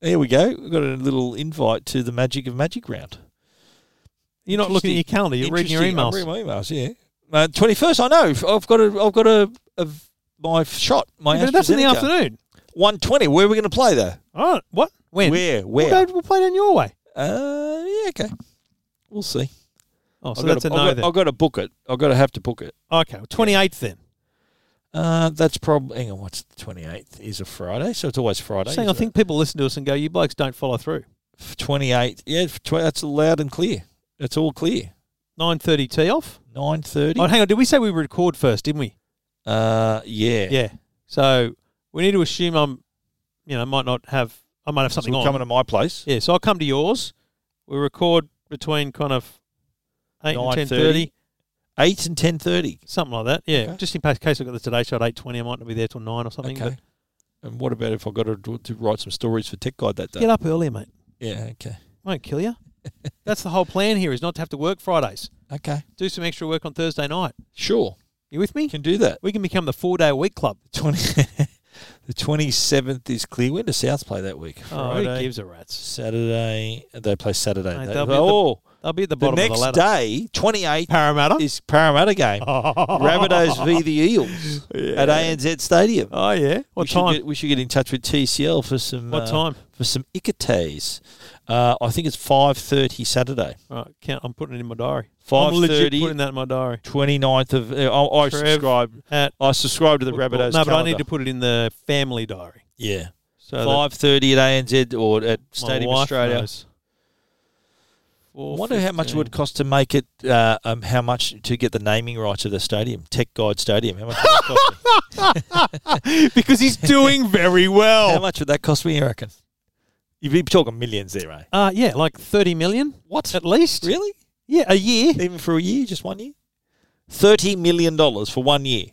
Speaker 2: Here we go. We've got a little invite to the magic of magic round.
Speaker 1: You're not looking at your calendar. You're reading your
Speaker 2: Interesting.
Speaker 1: emails.
Speaker 2: I'm reading my emails. Yeah. Twenty first. I know. I've got a. I've got a. a my shot. My.
Speaker 1: Yeah, but that's in the
Speaker 2: AstraZeneca.
Speaker 1: afternoon.
Speaker 2: One twenty. Where are we going to play though?
Speaker 1: All right. What? When?
Speaker 2: Where?
Speaker 1: We'll,
Speaker 2: Where?
Speaker 1: go, we'll play down your way.
Speaker 2: Uh, yeah. Okay. We'll see.
Speaker 1: Oh, so
Speaker 2: I've
Speaker 1: that's
Speaker 2: got
Speaker 1: a
Speaker 2: to,
Speaker 1: no
Speaker 2: I've
Speaker 1: then.
Speaker 2: got, I've got to book it. I've got to have to book it.
Speaker 1: Okay, twenty eighth then.
Speaker 2: Uh, that's probably. Hang on, what's the twenty eighth? Is a Friday, so it's always Friday.
Speaker 1: Just saying, I think people listen to us and go, "You blokes don't follow through."
Speaker 2: twenty eighth. Yeah, f- tw- that's loud and clear. It's all clear.
Speaker 1: Nine thirty tee off.
Speaker 2: Nine thirty.
Speaker 1: Oh, hang on. Did we say we record first? Didn't we?
Speaker 2: Uh, yeah.
Speaker 1: Yeah. So we need to assume I'm, you know, might not have. I might have
Speaker 2: So
Speaker 1: something
Speaker 2: we're
Speaker 1: on.
Speaker 2: coming to my place.
Speaker 1: Yeah, so I'll come to yours. We record between kind of eight and ten
Speaker 2: 9:30.
Speaker 1: thirty,
Speaker 2: Eight and ten thirty.
Speaker 1: something like that. Yeah,
Speaker 2: Okay.
Speaker 1: just in pa- case I've got the Today Show at eight twenty, I might not be there till nine or something.
Speaker 2: Okay. And what about if I got to, do- to write some stories for Tech Guide that
Speaker 1: But
Speaker 2: day?
Speaker 1: get up earlier, mate.
Speaker 2: Yeah. Okay.
Speaker 1: Won't kill you. That's the whole plan here: is not to have to work Fridays.
Speaker 2: Okay.
Speaker 1: Do some extra work on Thursday night.
Speaker 2: Sure.
Speaker 1: You with me?
Speaker 2: Can do that.
Speaker 1: We can become the four day a week club.
Speaker 2: Twenty. the twenty seventh is clear. When does South play that week?
Speaker 1: Oh, who gives a rat's?
Speaker 2: Saturday. They play Saturday.
Speaker 1: Mate,
Speaker 2: They-
Speaker 1: they'll be at the
Speaker 2: oh,
Speaker 1: They'll be at the
Speaker 2: the,
Speaker 1: bottom of the
Speaker 2: next
Speaker 1: ladder.
Speaker 2: day, twenty eighth,
Speaker 1: Parramatta.
Speaker 2: is Parramatta game. Rabbitohs v the Eels at ANZ Stadium.
Speaker 1: Oh yeah.
Speaker 2: we
Speaker 1: What
Speaker 2: should
Speaker 1: time?
Speaker 2: Get, we should get in touch with TCL for some
Speaker 1: What
Speaker 2: uh,
Speaker 1: time?
Speaker 2: for some icates. Uh, I think it's five thirty Saturday.
Speaker 1: All right, count. I'm putting it in my diary. I'm
Speaker 2: Five
Speaker 1: legit
Speaker 2: thirty.
Speaker 1: putting that in my diary.
Speaker 2: 29th of uh, I, I
Speaker 1: Trev.
Speaker 2: subscribe.
Speaker 1: At
Speaker 2: I subscribe to the
Speaker 1: Well,
Speaker 2: Rabbitohs.
Speaker 1: No, but I need
Speaker 2: calendar.
Speaker 1: to put it in the family diary.
Speaker 2: yeah
Speaker 1: So that
Speaker 2: five thirty at ANZ or at
Speaker 1: my
Speaker 2: Stadium
Speaker 1: wife
Speaker 2: Australia.
Speaker 1: knows.
Speaker 2: I wonder how much it would cost to make it. Uh, um, how much to get the naming rights of the stadium, Tech Guide Stadium? How much? Would that cost me?
Speaker 1: because he's doing very
Speaker 2: How
Speaker 1: well.
Speaker 2: much would that cost me? You reckon? You'd be talking millions there, eh?
Speaker 1: Uh, yeah, like thirty million
Speaker 2: What?
Speaker 1: at least.
Speaker 2: Really?
Speaker 1: Yeah, a year.
Speaker 2: Even for a year, just one year? Thirty million dollars for one year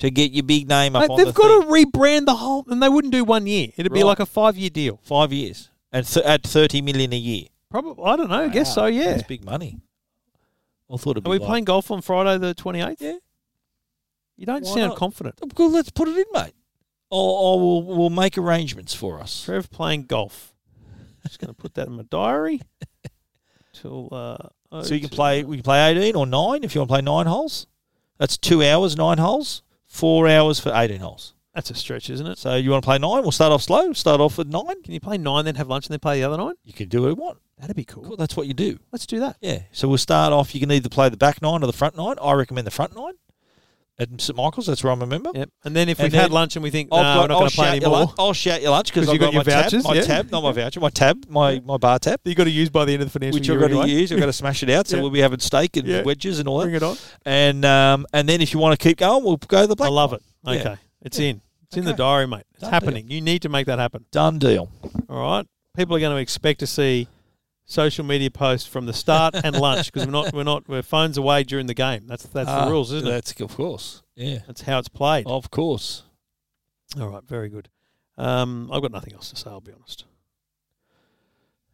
Speaker 2: to get your big name up
Speaker 1: Mate,
Speaker 2: on
Speaker 1: they've
Speaker 2: the
Speaker 1: got
Speaker 2: thing.
Speaker 1: to rebrand the whole, and they wouldn't do one year. It'd be
Speaker 2: Right.
Speaker 1: like a five-year deal.
Speaker 2: five years and th- at thirty million a year.
Speaker 1: Probably, I don't know. I guess so.
Speaker 2: Wow,
Speaker 1: Yeah.
Speaker 2: that's big money. I thought it'd
Speaker 1: Are
Speaker 2: be
Speaker 1: we
Speaker 2: like-
Speaker 1: playing golf on Friday the twenty eighth?
Speaker 2: Yeah.
Speaker 1: You don't
Speaker 2: Why
Speaker 1: sound
Speaker 2: not?
Speaker 1: confident.
Speaker 2: Oh, Well, let's put it in, mate. Or, or we'll, we'll make arrangements for us.
Speaker 1: Trev playing golf. Just going to put that in my diary. Till uh,
Speaker 2: So you can play. We can play eighteen or nine if you want to play nine holes. That's two hours, nine holes. Four hours for eighteen holes.
Speaker 1: That's a stretch, isn't it?
Speaker 2: So you want to play nine? We'll start off slow. Start off with nine.
Speaker 1: Can you play nine, then have lunch, and then play the other nine?
Speaker 2: You can do what you want.
Speaker 1: That'd be cool.
Speaker 2: Cool, That's what you do.
Speaker 1: Let's do that.
Speaker 2: Yeah. So we'll start off. You can either play the back nine or the front nine. I recommend the front nine at St Michael's. That's where I remember.
Speaker 1: Yep. And then if
Speaker 2: And
Speaker 1: we've had
Speaker 2: then
Speaker 1: lunch and we think, no,
Speaker 2: I've
Speaker 1: we're not going to play
Speaker 2: shout your
Speaker 1: anymore,
Speaker 2: lunch. I'll shout your lunch
Speaker 1: 'Cause
Speaker 2: because
Speaker 1: you
Speaker 2: I've
Speaker 1: got
Speaker 2: got,
Speaker 1: your
Speaker 2: my
Speaker 1: vouchers,
Speaker 2: tab, my
Speaker 1: yeah.
Speaker 2: tab, not my voucher, my tab, my my bar tab,
Speaker 1: you got to use by the end of the financial
Speaker 2: which
Speaker 1: year.
Speaker 2: I've got to
Speaker 1: anyway.
Speaker 2: use. I've got to smash it out. So
Speaker 1: Yeah.
Speaker 2: we'll be having steak and
Speaker 1: Yeah.
Speaker 2: wedges and all that.
Speaker 1: Bring it on.
Speaker 2: And um, and then if you want to keep going, we'll go to the
Speaker 1: I
Speaker 2: black.
Speaker 1: love it.
Speaker 2: Yeah.
Speaker 1: Okay, it's
Speaker 2: Yeah.
Speaker 1: in. It's in the
Speaker 2: Okay.
Speaker 1: diary, mate. It's
Speaker 2: Done deal.
Speaker 1: happening. You need to make that happen.
Speaker 2: Done deal.
Speaker 1: All right. People are going to expect to see social media posts from the start and lunch because we're not we're not we're phones away during the game. That's that's
Speaker 2: Ah, Oh.
Speaker 1: the rules, isn't it?
Speaker 2: That's of course. Yeah,
Speaker 1: That's how it's played.
Speaker 2: of course.
Speaker 1: All right. Very good. Um, I've got nothing else to say. I'll be honest.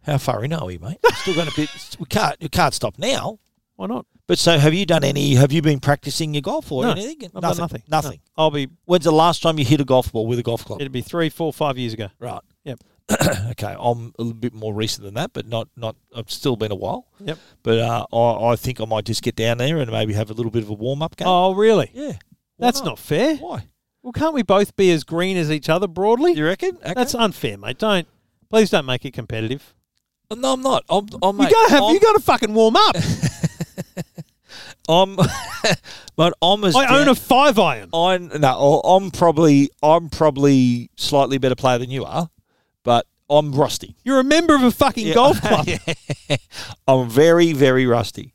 Speaker 2: How far in are we, mate? We're still going to be. We can't. We can't stop now.
Speaker 1: Why not?
Speaker 2: But so, have you done any? Have you been practicing your golf or
Speaker 1: No,
Speaker 2: anything?
Speaker 1: I've done nothing. No.
Speaker 2: Nothing.
Speaker 1: I'll be.
Speaker 2: When's the last time you hit a golf ball with a golf club?
Speaker 1: It'd be three, four, five years ago.
Speaker 2: Right.
Speaker 1: Yep.
Speaker 2: okay. I'm a little bit more recent than that, but not not. I've still been a while.
Speaker 1: Yep.
Speaker 2: But uh, I, I think I might just get down there and maybe have a little bit of a warm up game.
Speaker 1: Oh, really?
Speaker 2: yeah. Why
Speaker 1: That's not fair.
Speaker 2: Why?
Speaker 1: Well, can't we both be as green as each other broadly?
Speaker 2: You reckon? Okay.
Speaker 1: That's unfair, mate. Don't please don't make it competitive.
Speaker 2: Uh, no, I'm not. I'm. I'm
Speaker 1: you
Speaker 2: mate,
Speaker 1: gotta have,
Speaker 2: I'm,
Speaker 1: you gotta fucking warm up.
Speaker 2: I'm but I'm as
Speaker 1: I own
Speaker 2: down-
Speaker 1: a five iron.
Speaker 2: I'm no, I- I'm probably I'm probably slightly better player than you are, but I'm rusty.
Speaker 1: You're a member of a fucking golf club.
Speaker 2: I'm very very rusty,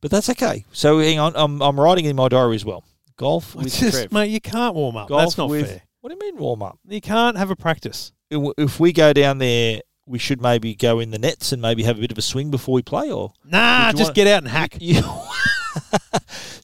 Speaker 2: but that's okay. So hang on, I'm I'm writing in my diary as well. Golf with
Speaker 1: It's just,
Speaker 2: Trev.
Speaker 1: mate, you can't warm up.
Speaker 2: Golf
Speaker 1: That's not
Speaker 2: with.
Speaker 1: fair.
Speaker 2: What do you mean warm up?
Speaker 1: You can't have a practice.
Speaker 2: If if we go down there, we should maybe go in the nets and maybe have a bit of a swing before we play, or
Speaker 1: Nah,
Speaker 2: Did you
Speaker 1: just
Speaker 2: wanna-
Speaker 1: get out and hack.
Speaker 2: you.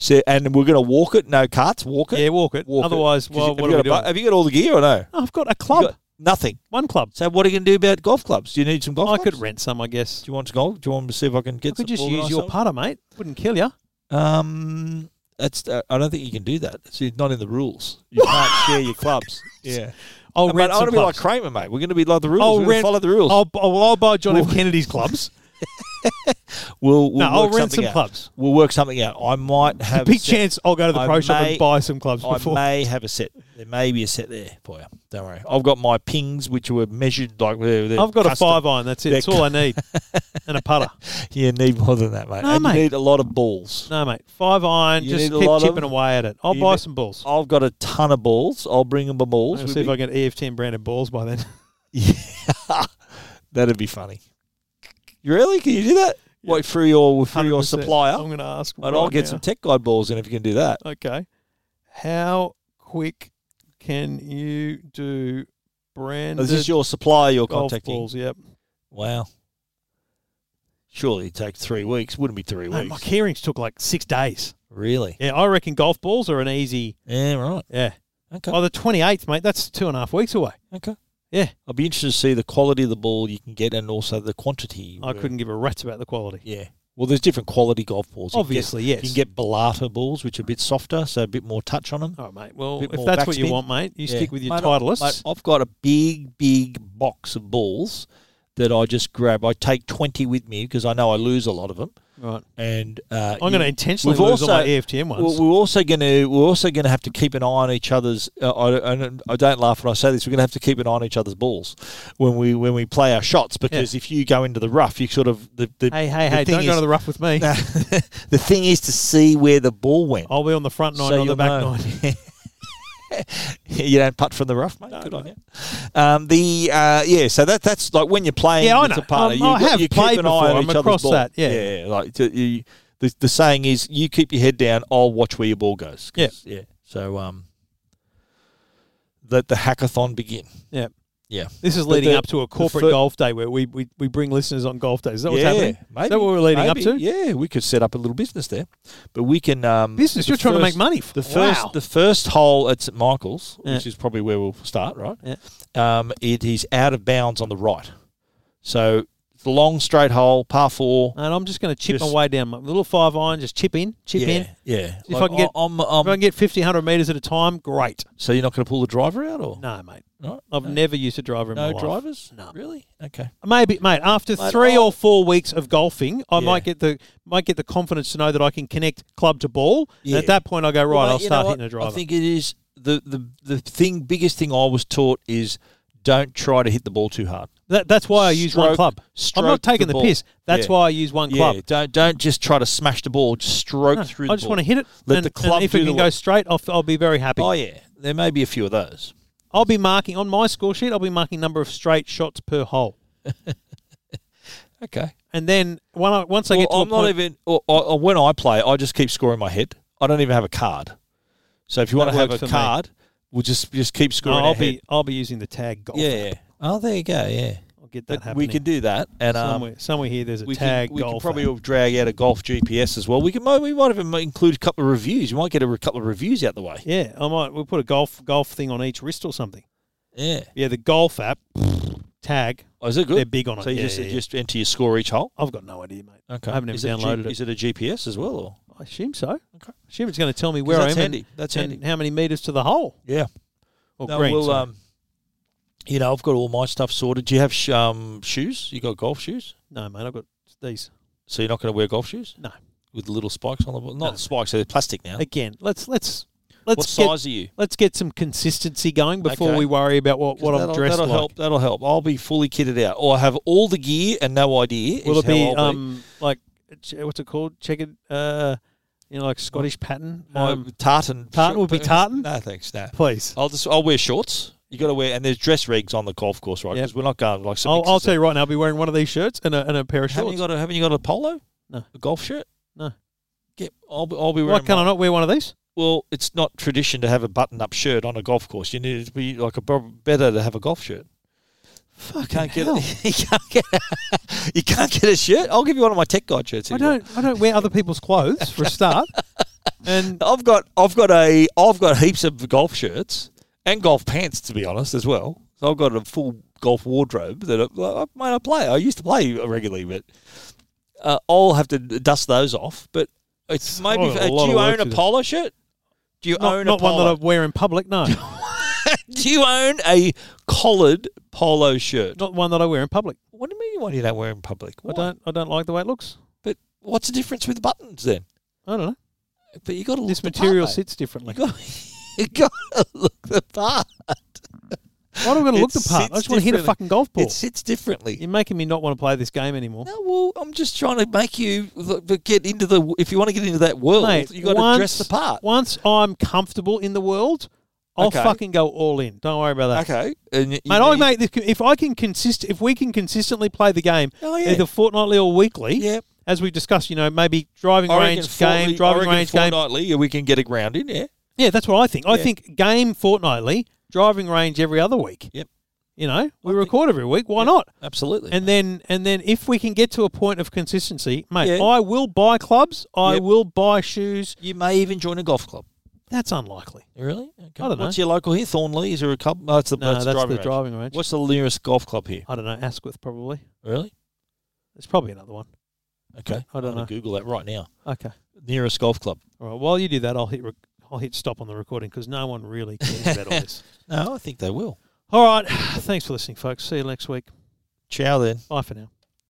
Speaker 2: So, and we're going to walk it. No carts. Walk it.
Speaker 1: Yeah, walk it.
Speaker 2: Walk it.
Speaker 1: Otherwise,
Speaker 2: 'Cause
Speaker 1: well,
Speaker 2: you- have
Speaker 1: what are we
Speaker 2: you got a
Speaker 1: doing?
Speaker 2: bu- Have you got all the gear or no?
Speaker 1: I've got a club,
Speaker 2: You got nothing.
Speaker 1: one club.
Speaker 2: So what are you going to do about golf clubs? Do you need some golf?
Speaker 1: I
Speaker 2: clubs?
Speaker 1: could rent some, I guess.
Speaker 2: Do you want to go? Do you want me to see if I can
Speaker 1: I
Speaker 2: get?
Speaker 1: could
Speaker 2: some
Speaker 1: just use
Speaker 2: organised
Speaker 1: your
Speaker 2: something?
Speaker 1: putter, mate. Wouldn't kill you.
Speaker 2: Um, that's. Uh, I don't think you can do that. It's not in the rules. You can't share your clubs. Yeah,
Speaker 1: I'll
Speaker 2: I mean,
Speaker 1: rent
Speaker 2: I want
Speaker 1: some
Speaker 2: to Uh, be like
Speaker 1: clubs.
Speaker 2: Kramer, mate. We're going to be like the rules.
Speaker 1: I'll
Speaker 2: We're going to
Speaker 1: rent-
Speaker 2: follow the rules.
Speaker 1: I'll, I'll, I'll buy John F.
Speaker 2: We'll-
Speaker 1: Kennedy's clubs.
Speaker 2: we'll we'll
Speaker 1: no, I'll
Speaker 2: work
Speaker 1: rent
Speaker 2: something
Speaker 1: some
Speaker 2: out.
Speaker 1: clubs.
Speaker 2: We'll work something out. I might have
Speaker 1: Big
Speaker 2: set-
Speaker 1: chance I'll go to the
Speaker 2: I
Speaker 1: pro shop
Speaker 2: may-
Speaker 1: and buy some clubs
Speaker 2: I
Speaker 1: before.
Speaker 2: may have a set. There may be a set there for you. Don't worry. I've got my pings, which were measured like they're, they're
Speaker 1: I've got a
Speaker 2: custom.
Speaker 1: five iron. That's it.
Speaker 2: They're
Speaker 1: That's all I need. and a putter.
Speaker 2: You need more than that, mate.
Speaker 1: No,
Speaker 2: and
Speaker 1: mate.
Speaker 2: you need a lot of balls.
Speaker 1: No, mate. Five iron.
Speaker 2: You
Speaker 1: just
Speaker 2: need a
Speaker 1: keep
Speaker 2: lot of
Speaker 1: chipping
Speaker 2: them.
Speaker 1: away at it. I'll
Speaker 2: You
Speaker 1: buy
Speaker 2: need-
Speaker 1: some balls.
Speaker 2: I've got a ton of balls. I'll bring them a balls.
Speaker 1: I'll
Speaker 2: with
Speaker 1: see if
Speaker 2: me.
Speaker 1: I can get E EF10 branded balls by then.
Speaker 2: Yeah, that'd be funny. You really? Can you do that?
Speaker 1: Yeah.
Speaker 2: What through your through your
Speaker 1: 100%.
Speaker 2: supplier,
Speaker 1: I'm going to ask.
Speaker 2: and I'll
Speaker 1: right
Speaker 2: get
Speaker 1: now.
Speaker 2: some tech guide balls in if you can do that.
Speaker 1: Okay. How quick can you do branded
Speaker 2: Is Oh, this your supplier you're
Speaker 1: golf
Speaker 2: contacting?
Speaker 1: balls? Yep.
Speaker 2: Wow. Surely it'd take three weeks. Wouldn't be three
Speaker 1: Mate,
Speaker 2: weeks.
Speaker 1: Oh my hearings took like six days.
Speaker 2: Really?
Speaker 1: Yeah, I reckon golf balls are an easy.
Speaker 2: Yeah, right.
Speaker 1: Yeah.
Speaker 2: Okay.
Speaker 1: Oh, the 28th, mate. That's two and a half weeks away.
Speaker 2: Okay.
Speaker 1: Yeah.
Speaker 2: I'll be interested to see the quality of the ball you can get and also the quantity.
Speaker 1: I couldn't give a rat's about the quality.
Speaker 2: Yeah. Well, there's different quality golf balls. You can get-
Speaker 1: Obviously, yes.
Speaker 2: You can get Balata balls, which are a bit softer, so a bit more touch on them.
Speaker 1: All right, mate. Well,
Speaker 2: Bit
Speaker 1: if
Speaker 2: more
Speaker 1: that's what you
Speaker 2: backspin.
Speaker 1: want, mate, you
Speaker 2: Yeah.
Speaker 1: stick with your
Speaker 2: Mate, I-
Speaker 1: titleists.
Speaker 2: mate, I've got a big, big box of balls that I just grab. I take 20 with me because I know I lose a lot of them.
Speaker 1: Right.
Speaker 2: And uh,
Speaker 1: I'm going to intentionally
Speaker 2: We've
Speaker 1: lose all my E
Speaker 2: also-
Speaker 1: EFTM ones.
Speaker 2: We're, we're also going to we're also going to have to keep an eye on each other's. Uh, I, don't- I, don't- I don't laugh when I say this. We're going to have to keep an eye on each other's balls when we when we play our shots because if you go into the rough, you sort of the the,
Speaker 1: hey, hey,
Speaker 2: the
Speaker 1: hey!
Speaker 2: thing
Speaker 1: Don't
Speaker 2: is,
Speaker 1: go to the rough with me.
Speaker 2: the thing is to see where the ball went.
Speaker 1: I'll be on the front nine,
Speaker 2: So
Speaker 1: on the
Speaker 2: you'll
Speaker 1: back
Speaker 2: know.
Speaker 1: nine.
Speaker 2: you don't putt from the rough, mate. Good on you. Um, the uh, yeah, so that that's like when you're playing
Speaker 1: Yeah, I
Speaker 2: with
Speaker 1: know.
Speaker 2: a partner,
Speaker 1: Um,
Speaker 2: you,
Speaker 1: I have
Speaker 2: you
Speaker 1: played
Speaker 2: keep an eye
Speaker 1: before.
Speaker 2: on
Speaker 1: I'm
Speaker 2: each other's
Speaker 1: across
Speaker 2: ball.
Speaker 1: that, yeah.
Speaker 2: yeah, like to, you, the the saying is, you keep your head down, I'll watch where your ball goes. 'Cause- yeah. So um, let the hackathon begin.
Speaker 1: Yeah.
Speaker 2: yeah,
Speaker 1: This is
Speaker 2: But
Speaker 1: leading
Speaker 2: the-
Speaker 1: up to a corporate
Speaker 2: fir-
Speaker 1: golf day where we, we, we bring listeners on golf days. Is that what's
Speaker 2: yeah.
Speaker 1: happening?
Speaker 2: Maybe,
Speaker 1: Is that what we're leading up
Speaker 2: maybe.
Speaker 1: to?
Speaker 2: Yeah, we could set up a little business there, but we can um,
Speaker 1: Business,
Speaker 2: the
Speaker 1: you're trying to make
Speaker 2: first-
Speaker 1: money.
Speaker 2: The first,
Speaker 1: wow.
Speaker 2: the first hole at St Michael's,
Speaker 1: Yeah.
Speaker 2: which is probably where we'll start, right? Um, it is out of bounds on the right, so it's a long straight hole, par four.
Speaker 1: and I'm just going to chip my
Speaker 2: Just-
Speaker 1: way down. My little five iron, just chip in, chip
Speaker 2: yeah,
Speaker 1: in.
Speaker 2: yeah.
Speaker 1: If I can get-
Speaker 2: I'm,
Speaker 1: If I
Speaker 2: I'm,
Speaker 1: can get 50, 100 metres at a time, great.
Speaker 2: so you're not going to pull the driver out, or
Speaker 1: No, mate.
Speaker 2: no,
Speaker 1: I've
Speaker 2: no,
Speaker 1: never used a driver in my
Speaker 2: no
Speaker 1: life.
Speaker 2: drivers.
Speaker 1: No.
Speaker 2: really. Okay.
Speaker 1: Maybe, mate. After
Speaker 2: Mate,
Speaker 1: three
Speaker 2: I'll-
Speaker 1: or four weeks of golfing, I
Speaker 2: Yeah.
Speaker 1: might get the might get the confidence to know that I can connect club to ball.
Speaker 2: Yeah.
Speaker 1: And at that point, I go right.
Speaker 2: Well,
Speaker 1: I'll
Speaker 2: mate, you
Speaker 1: start
Speaker 2: know
Speaker 1: hitting a
Speaker 2: what?
Speaker 1: driver.
Speaker 2: I think it is the, the the thing biggest thing I was taught is don't try to hit the ball too hard.
Speaker 1: that, that's why I use one
Speaker 2: Stroke-
Speaker 1: club. I'm
Speaker 2: stroke
Speaker 1: not taking the,
Speaker 2: ball.
Speaker 1: piss. That's
Speaker 2: Yeah.
Speaker 1: why I use one club.
Speaker 2: Yeah, don't don't just try to smash the ball. Just stroke
Speaker 1: No,
Speaker 2: through.
Speaker 1: I
Speaker 2: the
Speaker 1: just
Speaker 2: ball.
Speaker 1: want to hit it.
Speaker 2: Let
Speaker 1: and,
Speaker 2: the
Speaker 1: and
Speaker 2: club
Speaker 1: if it
Speaker 2: do
Speaker 1: can
Speaker 2: the
Speaker 1: go
Speaker 2: work.
Speaker 1: straight, I'll, I'll be very happy.
Speaker 2: Oh yeah, there may be a few of those.
Speaker 1: I'll be marking on my score sheet. I'll be marking number of straight shots per hole.
Speaker 2: Okay.
Speaker 1: And then when I, once I
Speaker 2: Well,
Speaker 1: get to a
Speaker 2: I'm not
Speaker 1: point,
Speaker 2: even. Or, or, or when I play, I just keep scoring my head. I don't even have a card. So if you
Speaker 1: That
Speaker 2: want to have
Speaker 1: works for
Speaker 2: a
Speaker 1: me.
Speaker 2: card, we'll just just keep
Speaker 1: No,
Speaker 2: scoring.
Speaker 1: I'll
Speaker 2: our head.
Speaker 1: be I'll be using the tag golf.
Speaker 2: Yeah.
Speaker 1: app.
Speaker 2: yeah. Oh, there you go. Yeah.
Speaker 1: I'll get that
Speaker 2: That
Speaker 1: happening.
Speaker 2: we can do that, and um,
Speaker 1: somewhere, somewhere here. There's a
Speaker 2: we
Speaker 1: tag
Speaker 2: can, we can
Speaker 1: golf.
Speaker 2: probably
Speaker 1: app.
Speaker 2: all drag out a golf GPS as well. We can mo- we might even include a couple of reviews. You might get a re- couple of reviews out the way.
Speaker 1: yeah, I might. We'll put a golf golf thing on each wrist or something.
Speaker 2: Yeah.
Speaker 1: Yeah, the golf app tag.
Speaker 2: Oh, is it
Speaker 1: They're
Speaker 2: good?
Speaker 1: big on it.
Speaker 2: So you
Speaker 1: Yeah,
Speaker 2: just
Speaker 1: yeah, yeah.
Speaker 2: just enter your score each hole.
Speaker 1: I've got no idea, mate.
Speaker 2: Okay.
Speaker 1: I haven't even
Speaker 2: Is it a G-
Speaker 1: downloaded it.
Speaker 2: Is it a GPS as well? Or
Speaker 1: I assume so.
Speaker 2: Okay.
Speaker 1: I assume it's going to tell me where I
Speaker 2: that's
Speaker 1: am and,
Speaker 2: handy. That's
Speaker 1: and
Speaker 2: handy.
Speaker 1: how many meters to the hole.
Speaker 2: Yeah.
Speaker 1: Or
Speaker 2: No,
Speaker 1: green.
Speaker 2: well,
Speaker 1: sorry.
Speaker 2: um, you know, I've got all my stuff sorted. Do you have sh- um, shoes? You got golf shoes?
Speaker 1: no, mate. I've got these
Speaker 2: So you're not going to wear golf shoes?
Speaker 1: No.
Speaker 2: With the little spikes on the bottom? Not
Speaker 1: No.
Speaker 2: spikes, they're plastic now.
Speaker 1: again. Let's let's let's
Speaker 2: what
Speaker 1: get
Speaker 2: size are you?
Speaker 1: let's get some consistency going before
Speaker 2: Okay.
Speaker 1: we worry about what,
Speaker 2: 'Cause
Speaker 1: what I'm
Speaker 2: that'll,
Speaker 1: dressed
Speaker 2: that'll
Speaker 1: like.
Speaker 2: help. That'll help. I'll be fully kitted out, or I have all the gear and no idea.
Speaker 1: Will
Speaker 2: is
Speaker 1: it be
Speaker 2: how I'll
Speaker 1: um like ch- what's it called? Checkered, uh, you know, like Scottish pattern.
Speaker 2: My
Speaker 1: Um,
Speaker 2: tartan.
Speaker 1: tartan would be tartan?
Speaker 2: No thanks. No.
Speaker 1: please.
Speaker 2: I'll just. I'll wear shorts. You got to wear, and there's dress rigs on the golf course, right?
Speaker 1: Yep.
Speaker 2: Because we're not going like. some
Speaker 1: I'll, I'll
Speaker 2: mixes
Speaker 1: tell you right now. I'll be wearing one of these shirts and a, and a pair of
Speaker 2: Haven't
Speaker 1: shorts.
Speaker 2: you got a Haven't you got a polo?
Speaker 1: No.
Speaker 2: A golf shirt?
Speaker 1: No.
Speaker 2: Get. I'll be. I'll be
Speaker 1: Why
Speaker 2: wearing.
Speaker 1: can
Speaker 2: mine.
Speaker 1: I not wear one of these?
Speaker 2: Well, it's not tradition to have a button-up shirt on a golf course. You need it to be like a bro- better to have a golf shirt.
Speaker 1: Fucking
Speaker 2: Can't get.
Speaker 1: hell.
Speaker 2: you can't get. you can't get a shirt. I'll give you one of my tech guide shirts.
Speaker 1: I
Speaker 2: if you want.
Speaker 1: don't. I don't wear other people's clothes for a start. And
Speaker 2: I've got I've got a I've got heaps of golf shirts and golf pants to be honest as well. So I've got a full golf wardrobe that I, I, mate, I play. I used to play regularly, but uh, I'll have to dust those off. But it's maybe
Speaker 1: Oh, a lot
Speaker 2: uh, do
Speaker 1: of
Speaker 2: you
Speaker 1: work
Speaker 2: own a
Speaker 1: to do.
Speaker 2: polo shirt? Do you
Speaker 1: not,
Speaker 2: own
Speaker 1: not
Speaker 2: a
Speaker 1: one
Speaker 2: polo?
Speaker 1: that I wear in public. No,
Speaker 2: do you own a collared polo shirt?
Speaker 1: not one that I wear in public.
Speaker 2: What do you mean? Why do you don't wear in public? Why?
Speaker 1: I don't. I don't like the way it looks.
Speaker 2: But what's the difference with buttons then?
Speaker 1: I don't know.
Speaker 2: But you got to look
Speaker 1: This
Speaker 2: the part,
Speaker 1: material
Speaker 2: mate.
Speaker 1: sits differently.
Speaker 2: you got to look the part.
Speaker 1: Why do I got to
Speaker 2: It
Speaker 1: look the part? I
Speaker 2: sits
Speaker 1: just want to hit a
Speaker 2: differently.
Speaker 1: fucking golf ball.
Speaker 2: It sits differently.
Speaker 1: You're making me not want to play this game anymore.
Speaker 2: No, well, I'm just trying to make you look- but get into the. If you want to get into that world,
Speaker 1: Mate,
Speaker 2: you got to dress the part.
Speaker 1: Once I'm comfortable in the world, I'll
Speaker 2: Okay.
Speaker 1: fucking go all in. Don't worry about that.
Speaker 2: Okay, and you,
Speaker 1: Mate, I
Speaker 2: you-
Speaker 1: make this, if I can consist if we can consistently play the game
Speaker 2: Oh, yeah.
Speaker 1: either fortnightly or weekly,
Speaker 2: Yep.
Speaker 1: as we discussed, you know, maybe driving
Speaker 2: I reckon
Speaker 1: range
Speaker 2: fortnightly-
Speaker 1: game, driving
Speaker 2: I reckon
Speaker 1: range game.
Speaker 2: fortnightly, yeah, we can get a ground in. Yeah,
Speaker 1: Yeah, that's what I think. I
Speaker 2: Yeah.
Speaker 1: think game fortnightly, driving range every other week.
Speaker 2: Yep.
Speaker 1: You know, we record every week. Why not?
Speaker 2: absolutely.
Speaker 1: And then and then if we can get to a point of consistency, mate,
Speaker 2: Yeah.
Speaker 1: I will buy clubs. I
Speaker 2: Yep.
Speaker 1: will buy shoes.
Speaker 2: you may even join a golf club.
Speaker 1: That's unlikely.
Speaker 2: Really? Okay.
Speaker 1: I don't know.
Speaker 2: What's your local here? Thornley? Is there a club? Oh, it's the,
Speaker 1: No, that's,
Speaker 2: driving
Speaker 1: the
Speaker 2: range.
Speaker 1: driving range.
Speaker 2: What's the nearest golf club here?
Speaker 1: I don't know. Asquith probably.
Speaker 2: Really?
Speaker 1: There's probably another one.
Speaker 2: Okay.
Speaker 1: I don't
Speaker 2: I'm gonna
Speaker 1: know.
Speaker 2: Google that right now.
Speaker 1: Okay.
Speaker 2: Nearest golf club.
Speaker 1: All right. While you do that, I'll hit rec- I'll hit stop on the recording because no one really cares about all this.
Speaker 2: No, I think they will.
Speaker 1: All right. Thanks for listening, folks. See you next week.
Speaker 2: Ciao then.
Speaker 1: Bye for now.